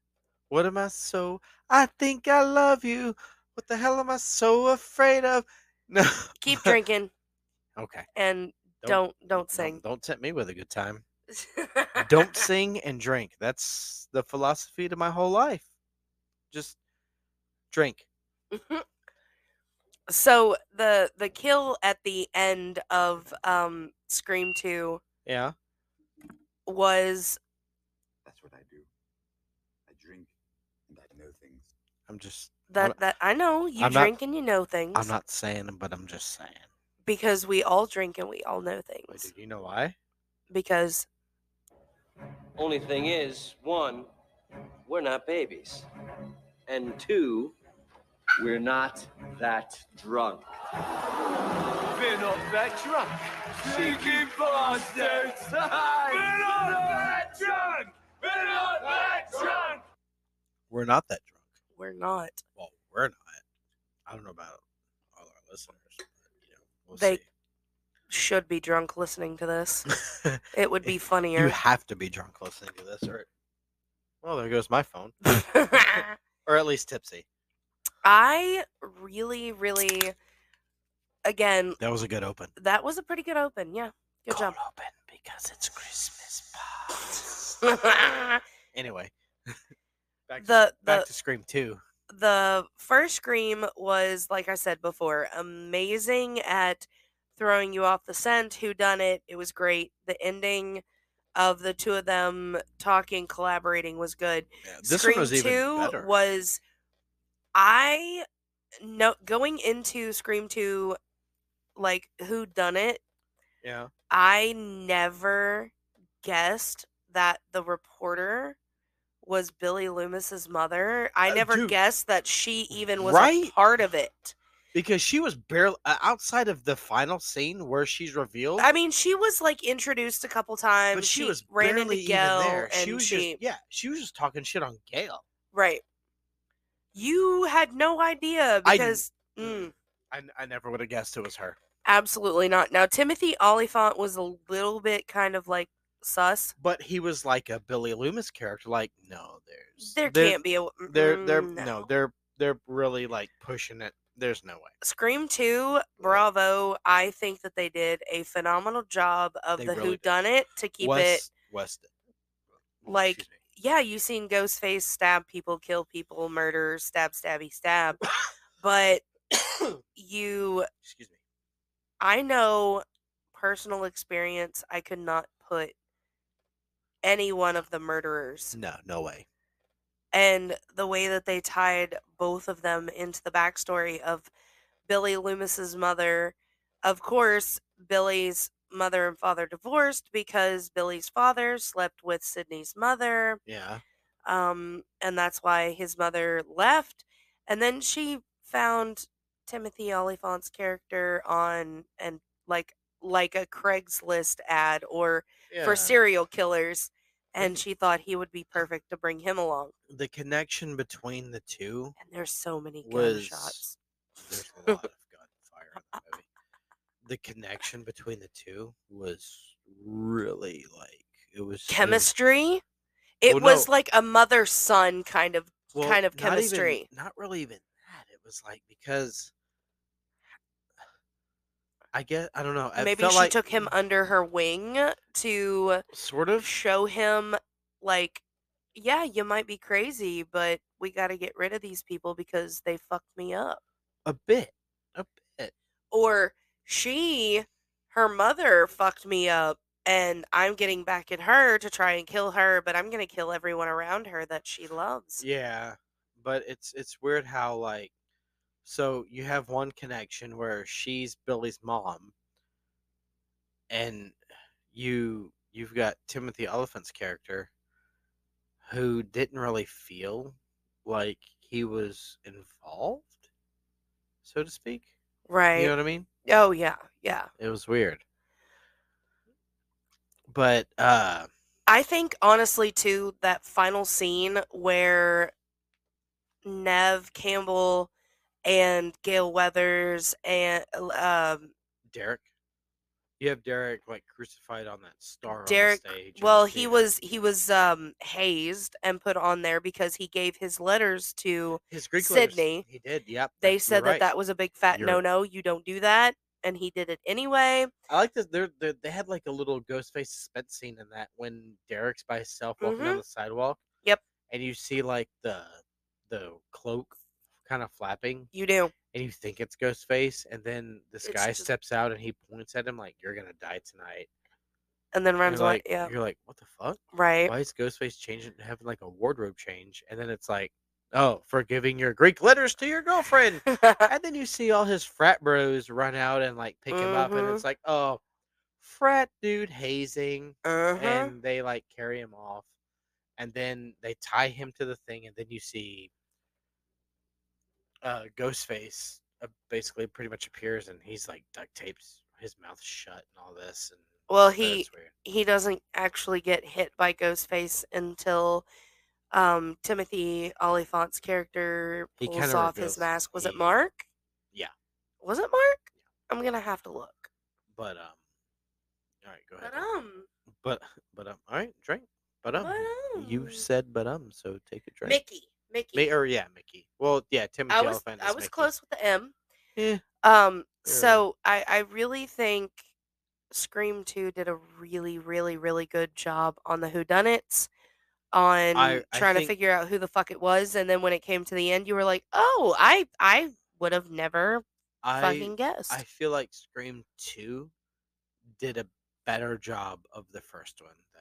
What am I so I think I love you. What the hell am I so afraid of? No.
Keep drinking
Okay.
and
Don't-
don't don't
no,
sing.
don't tempt me with a good time. don't sing and drink. That's the philosophy to my whole life. Just drink.
so the the kill at the end of um Scream 2
Yeah.
was
That's what I do. I drink and I know things.
I'm just
that
I'm,
that I know you
I'm not-
drink and you know things
I'm not saying them, but I'm just saying.
because we all drink and we all know
Wait,
things
do you know why?
because
Only thing is, one, we're not babies. And two, we're not that drunk.
Been off that truck. Cheeky bastards. Been on that truck. Been on that truck.
We're not that drunk.
we're not
Well, we're not. I don't know about all our listeners. But, you know, we'll
they
see.
should be drunk listening to this it would be funnier
You have to be drunk listening to this, or well, there goes my phone, or at least tipsy.
I really really again
That was a good open.
that was a pretty good open yeah good job
open because it's Christmas. Anyway, back to,
The-
back
the-
to Scream Two.
the first scream was like i said before amazing at throwing you off the scent who done it it was great the ending of the two of them talking collaborating was good
this
scream
one was even
2
better.
was i no going into scream 2 like who done it
Yeah.
I never guessed that the reporter was Billy Loomis's mother. I
Uh,
never
dude,
guessed that she even was
right?
a part of it.
because she was barely uh, outside of the final scene where she's revealed.
I mean, she was like introduced a couple times.
Oh but she, was
ran
barely
into
even
Gail,
there.
and
she was
she
just yeah, she was just talking shit on Gail.
right. You had no idea
I-
because mm,
I, n- I never would have guessed it was her.
absolutely not. Now Timothy Oliphant was a little bit kind of like sus.
But he was like a Billy Loomis character. Like, no, there's
There
there-
can't be a.
They're they're
mm,
no. they're they're really like pushing it. There's no way.
Scream 2, bravo. I think that they did a phenomenal job of
They
the
really did.
whodunit to keep it
West West.
like yeah you've seen ghostface stab people kill people murder stab stabby stab but you
excuse me
i know personal experience i could not put any one of the murderers
No, no way.
and the way that they tied both of them into the backstory of Billy Loomis's mother. Of course, Billy's mother and father divorced because Billy's father slept with Sydney's mother,
Yeah.
um, and that's why his mother left. And then she found Timothy Oliphant's character on and like like a Craigslist ad or
Yeah.
for serial killers, and she thought he would be perfect to bring him along.
The connection between the two
There's so many
was
gunshots.
there's a lot of gunfire in the movie. The connection between the two was really like it was it was-
Chemistry. It
Well,
was
no.
like a mother son kind of
well,
kind of
not even-
chemistry.
not really even that. It was like because I get I don't know. It
Maybe
felt
she
like
took him under her wing to
sort of
show him like yeah, you might be crazy, but we got to get rid of these people because they fucked me up.
a bit, a bit.
Or she her mother fucked me up and I'm getting back at her to try and kill her, but I'm going to kill everyone around her that she loves.
Yeah, but it's it's weird how like so you have one connection where she's Billy's mom and you you've got Timothy Elephant's character who didn't really feel like he was involved, so to speak.
Right.
You know what I mean?
Oh yeah. Yeah.
It was weird. But uh
I think honestly too that final scene where Nev Campbell and Gail Weathers and um,
Derek you have Derek like crucified on that star
Derek
on the stage. in the
well he
theater.
was he was um hazed and put on there because he gave his letters to
his Greek letters.
Sydney.
He did. Yep.
They
you're
said
right.
that that was a big fat
You're-
no no you don't do that and he did it anyway.
I like that. They're, they they had like a little Ghostface suspense scene in that when Derek's by himself walking
Mhm.
on the sidewalk.
Yep.
And you see like the the cloak kind of flapping,
You do.
and you think it's Ghostface, and then this
It's
guy
just-
steps out and he points at him like, "You're gonna die tonight."
And then
And
runs
you're
away.
like,
yeah.
You're like, "What the fuck?
Right.
Why is Ghostface changing having like a wardrobe change?" And then it's like. Oh, for giving your Greek letters to your girlfriend. and then you see all his frat bros run out and like pick him up and
Mhm.
it's like, oh, frat dude hazing
Uh-huh.
and they like carry him off and then they tie him to the thing and then you see uh ghostface uh, basically pretty much appears and he's like duct tapes his mouth shut and all this and
Well,
but
he
it's weird.
he doesn't actually get hit by Ghostface until um, Timothy Oliphant's character
He
pulls
kinda
off
reveals
his mask. Was it
he-
Mark?
yeah
Was it Mark? I'm gonna have to look.
but um all right go ahead
But um,
but but um all right drink but um you said but um so take a drink
Mickey, Mickey.
Mi- or yeah mickey well yeah timothy
I was
Oliphant
I
is
was
Mickey.
close with the M.
Yeah.
Um.
Yeah.
So I I really think Scream Two did a really really really good job on the whodunits, on
I- I
trying
think-
to figure out who the fuck it was, and then when it came to the end, you were like, oh, I I would have never
I
fucking guessed.
I feel like Scream Two did a better job of the first one than.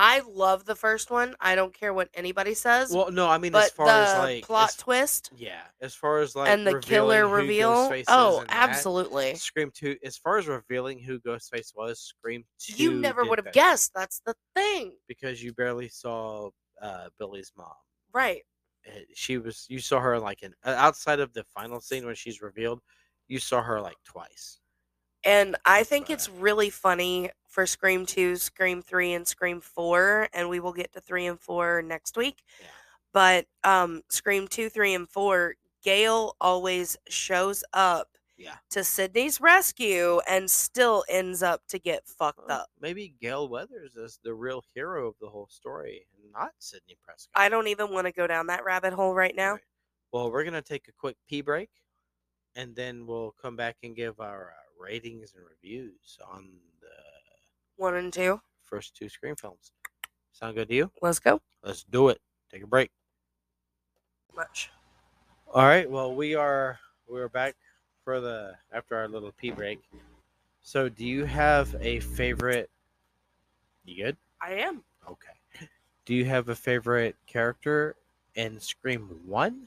I love the first one. I don't care what anybody says.
Well, no, I mean
but
as far
the
as like
plot
as-
twist
Yeah, as far as like
and the killer
revealing who
reveal.
Ghostface is
Oh,
and that,
absolutely.
Scream Two. As far as revealing who Ghostface was, Scream Two.
You never
did
would have
that
guessed. That's the thing,
because you barely saw uh, Billy's mom.
right?
Uh, She was you saw her like in uh, outside of the final scene when she's revealed, you saw her like twice.
And I think it's really funny for Scream 2, Scream 3, and Scream 4, and we will get to 3 and 4 next week. But um, Scream 2, 3, and 4, Gail always shows up
Yeah.
to Sydney's rescue and still ends up to get fucked up.
Uh, Maybe Gail Weathers is the real hero of the whole story, and not Sidney Prescott.
I don't even want to go down that rabbit hole right now.
Well, we're gonna take a quick pee break, and then we'll come back and give our uh, ratings and reviews on the
One and two.
first two screen films. Sound good to you?
Let's go.
Let's do it. Take a break.
Much.
All right. Well, we are we're back for the after our little pee break. So, do you have a favorite? You good?
I am.
Okay. Do you have a favorite character in Scream One?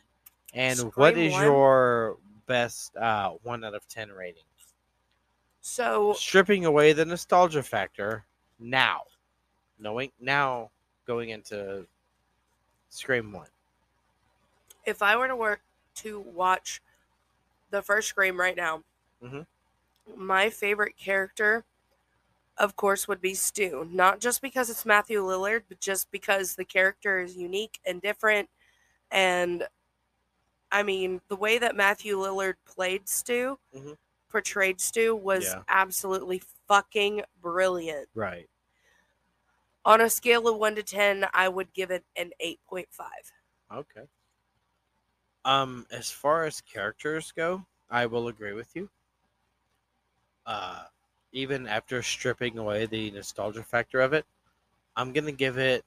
And what
Scream
is
1?
your best uh, one out of ten rating?
So
Stripping away the nostalgia factor now, knowing now going into Scream One.
if I were to work to watch the first Scream right now, Mm-hmm.
Mhm.
my favorite character, of course, would be Stu. Not just because it's Matthew Lillard, but just because the character is unique and different. And I mean, the way that Matthew Lillard played Stu,
Mhm.
portrayed Stu, was
Yeah.
absolutely fucking brilliant.
Right.
On a scale of 1 to 10, I would give it an 8.5.
Okay. Um, as far as characters go, I will agree with you. Uh, even after stripping away the nostalgia factor of it, I'm gonna give it.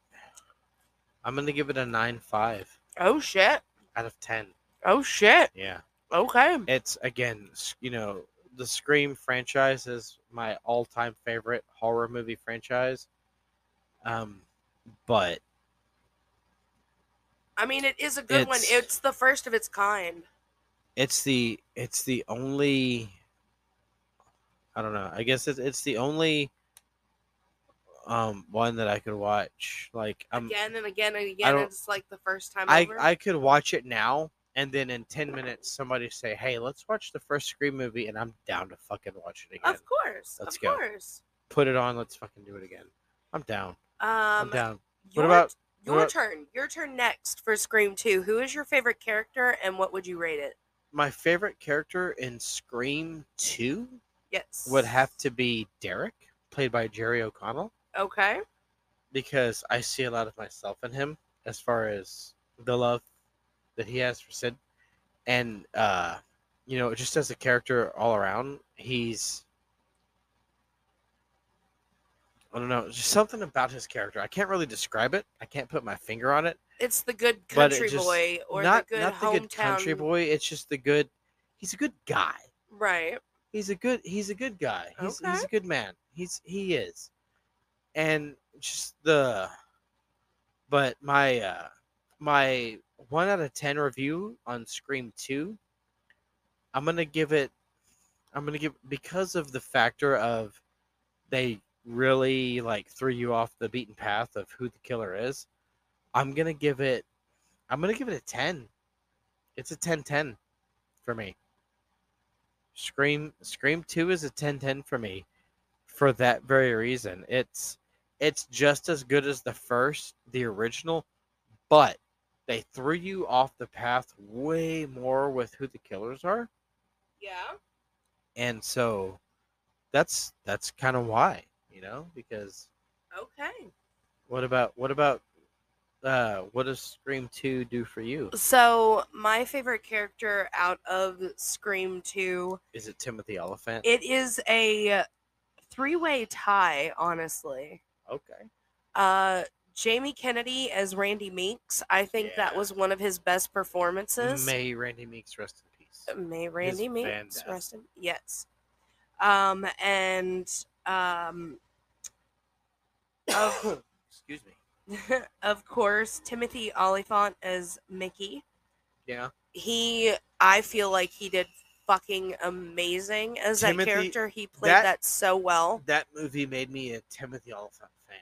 I'm gonna give it a nine five
Oh shit.
out of ten.
Oh shit.
Yeah.
Okay.
It's again, s- you know, the Scream franchise is my all-time favorite horror movie franchise. Um, but
I mean, it is a good one.
It's-
It's the first of its kind.
it's the it's the only i don't know i guess it's, it's the only um one that i could watch like i'm
Again and again and again.
Mm. don't-
It's like the first time
i
over.
i could watch it now and then in 10 minutes somebody say hey let's watch the first scream movie and i'm down to fucking watch it again
of course.
Let's
of
go.
course.
put it on let's fucking do it again i'm down i'm
Um,
down
your,
what about
your
what about-
turn? Your turn next for Scream 2. Who is your favorite character and what would you rate it?
my favorite character in scream 2
Yes.
would have to be derek played by jerry o'connell
Okay.
because I see a lot of myself in him as far as the love that he has for Sid. And uh, you know, just as a character all around, he's I don't know, just something about his character. I can't really describe it. I can't put my finger on it.
It's the good
But it
country
just-
boy or
not
the good
not the
hometown.
good country boy. It's just the good. He's a good guy.
Right.
He's a good. He's a good guy. He's he's a good man. He's he is, and just the. But my uh, my one out of ten review on Scream Two. I'm gonna give it. I'm gonna give because of the factor of they really like threw you off the beaten path of who the killer is. I'm gonna give it. I'm gonna give it a ten. It's a 10-10 for me. Scream Scream 2 is a 10-10 for me for that very reason. It's it's just as good as the first, the original, but they threw you off the path way more with who the killers are.
Yeah.
And so that's that's kind of why, you know, because
Okay.
what about what about uh what does Scream 2 do for you?
So, my favorite character out of Scream 2
Is it Timothy Elephant?
It is a three way tie, honestly.
okay.
Uh, Jamie Kennedy as Randy Meeks. I think that
Yeah.
was one of his best performances.
May Randy Meeks rest in peace.
May Randy
Van
Meeks
Death.
rest in yes. Um, and um, of
Excuse me.
of course Timothy Oliphant as Mickey.
Yeah.
He, I feel like he did fucking amazing as that
Timothy-
character. He played
that-
that so well.
That movie made me a Timothy Oliphant fan.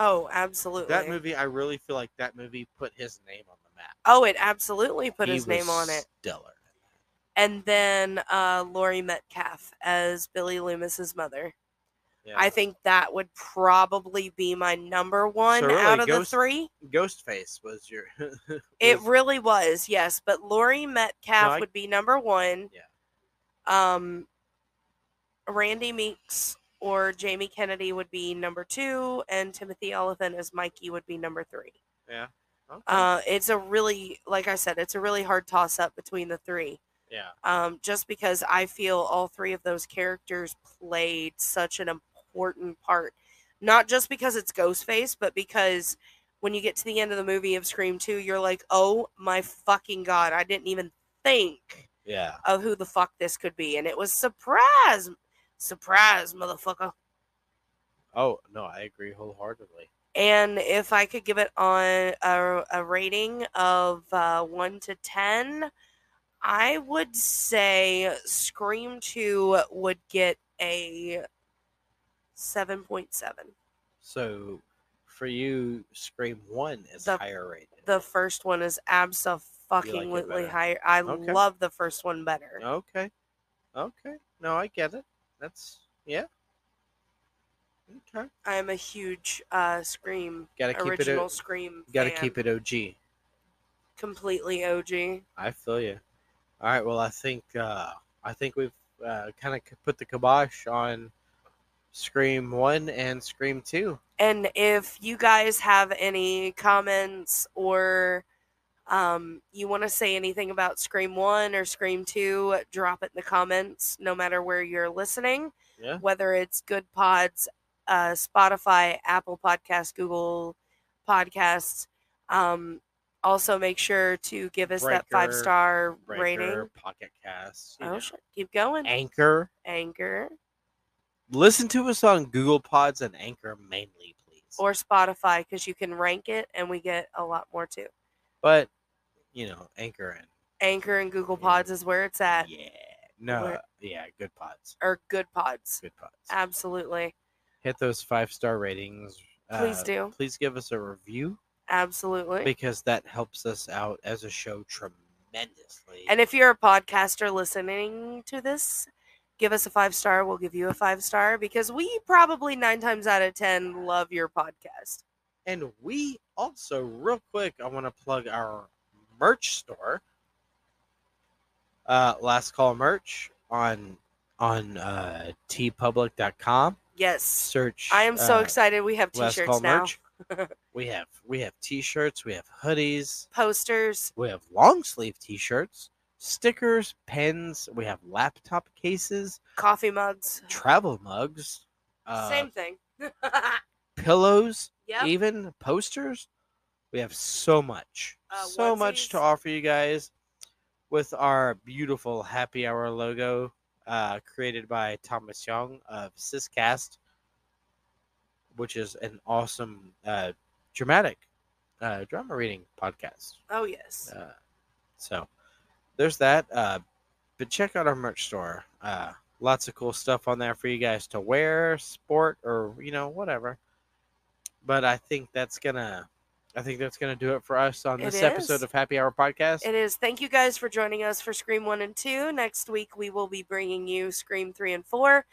Oh, absolutely.
That movie, I really feel like that movie put his name on the map.
Oh, it absolutely put
He
his name
was
on it.
Stellar.
And then uh, Lori Metcalf as Billy Loomis's mother.
Yeah.
I think that would probably be my number one
really,
out of
Ghost-
the three.
Ghostface was your.
It
was-
really was, yes. But Lori Metcalf
No, I-
would be number one.
Yeah.
Um, Randy Meeks or Jamie Kennedy would be number two, and Timothy Elephant as Mikey would be number three.
Yeah. Okay.
Uh, it's a really, like I said, it's a really hard toss up between the three.
yeah.
Um, just because I feel all three of those characters played such an important part. Not just because it's Ghostface, but because when you get to the end of the movie of Scream 2, you're like, oh my fucking god, I didn't even think
Yeah.
of who the fuck this could be. And it was surprise, surprise, motherfucker.
Oh no, I agree wholeheartedly.
And if I could give it on a, a rating of uh, 1 to 10, I would say Scream 2 would get a 7.7.
So for you, Scream One is
The-
higher rated.
The first one is absolutely
better.
higher. I
Okay.
love the first one better.
Okay. Okay. No, I get it. That's yeah. Okay.
I am a huge uh, Scream,
Gotta keep it o-
original Scream
Got to
fan.
keep it OG.
completely OG.
I feel you. All right. Well, I think uh, I think we've uh, kind of put the kibosh on Scream One and Scream Two.
And if you guys have any comments or um, you want to say anything about Scream 1 or Scream 2, drop it in the comments, no matter where you're listening,
Yeah.
whether it's Good Pods, uh, Spotify, Apple Podcasts, Google Podcasts. Um, also, make sure to give us that five
Breaker,
star
Breaker,
rating.
Pocket Casts, you know.
Oh, shit. Keep going.
Anchor.
Anchor
Listen to us on Google Pods and Anchor mainly, please.
or Spotify because you can rank it and we get a lot more too.
But you know, Anchor and
Anchor and Google Pods is where it's at,
yeah, no,
Where-
yeah, good pods,
or Good Pods.
good pods.
Absolutely,
Hit those five star ratings. uh,
Please do.
Please give us a review
absolutely.
because that helps us out as a show tremendously.
and if you're a podcaster listening to this, give us a five star. We'll give you a five star because we probably nine times out of ten love your podcast.
And we also, real quick, I want to plug our merch store. Uh, last call merch on on uh, tpublic.com.
Yes,
Search.
I am so
uh,
excited. We have
Last
T-shirts
Call
now,
merch. we have we have t-shirts, we have hoodies,
posters.
we have long sleeve t-shirts, stickers, pens. We have laptop cases,
Coffee mugs,
travel mugs, uh, e
same thing.
pillows,
Yep.
even posters. We have so much,
Uh,
so much to
onesies.
offer you guys with our beautiful happy hour logo uh, created by Thomas Young of Syscast, which is an awesome uh, dramatic uh, drama reading podcast.
Oh yes,
Uh, so there's that. Uh, but check out our merch store. Uh, lots of cool stuff on there for you guys to wear, sport, or you know whatever. But I think that's gonna, I think that's gonna do it for us on
It
this
is.
episode of Happy Hour Podcast.
It is. Thank you guys for joining us for Scream 1 and 2. Next week, we will be bringing you Scream 3 and 4.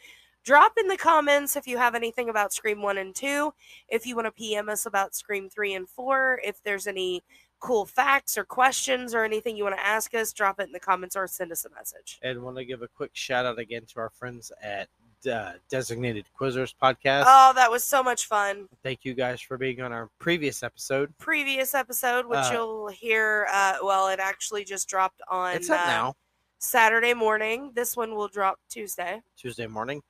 Drop in the comments if you have anything about Scream 1 and 2. If you want to PM us about Scream 3 and 4. If there's any cool facts or questions or anything you want to ask us, drop it in the comments or send us a message.
And want to give a quick shout out again to our friends at uh, Designated Quizzers Podcast.
Oh, that was so much fun.
Thank you guys for being on our previous episode.
Previous episode, which
Uh,
you'll hear, uh, well, it actually just dropped on
it's up
uh,
now.
Saturday morning. This one will drop Tuesday.
Tuesday morning.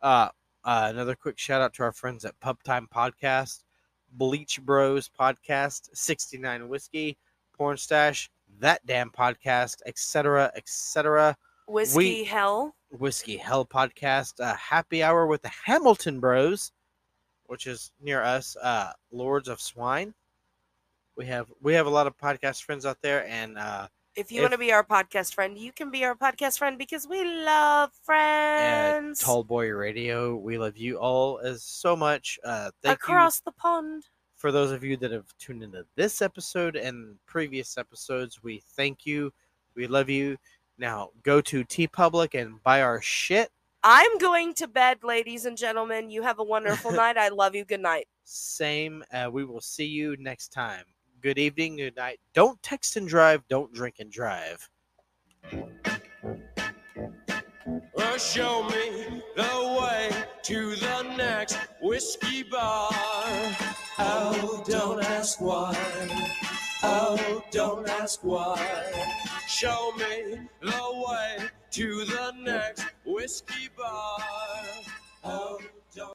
Uh, uh, another quick shout out to our friends at Pub Time Podcast, Bleach Bros Podcast, 69 Whiskey, Porn Stash, That Damn Podcast, etc., etc.,
Whiskey
We-
Hell.
Whiskey Hell Podcast, uh, Happy Hour with the Hamilton Bros, which is near us, uh, Lords of Swine. We have we have a lot of podcast friends out there, and uh,
If you
If-
want to be our podcast friend, you can be our podcast friend because we love
at
friends
Tall Boy Radio, we love you all as so much. Uh, thank you.
across the pond.
for those of you that have tuned into this episode and previous episodes, we thank you. We love you. Now go to T Public and buy our shit.
I'm going to bed, ladies and gentlemen. You have a wonderful night. I love you. Good night.
Same. Uh, we will see you next time. Good evening. Good night. Don't text and drive. Don't drink and drive.
Well, show me the way to the next whiskey bar. Oh, don't ask why. Oh, don't ask why. Show me the way to the next whiskey bar. Oh,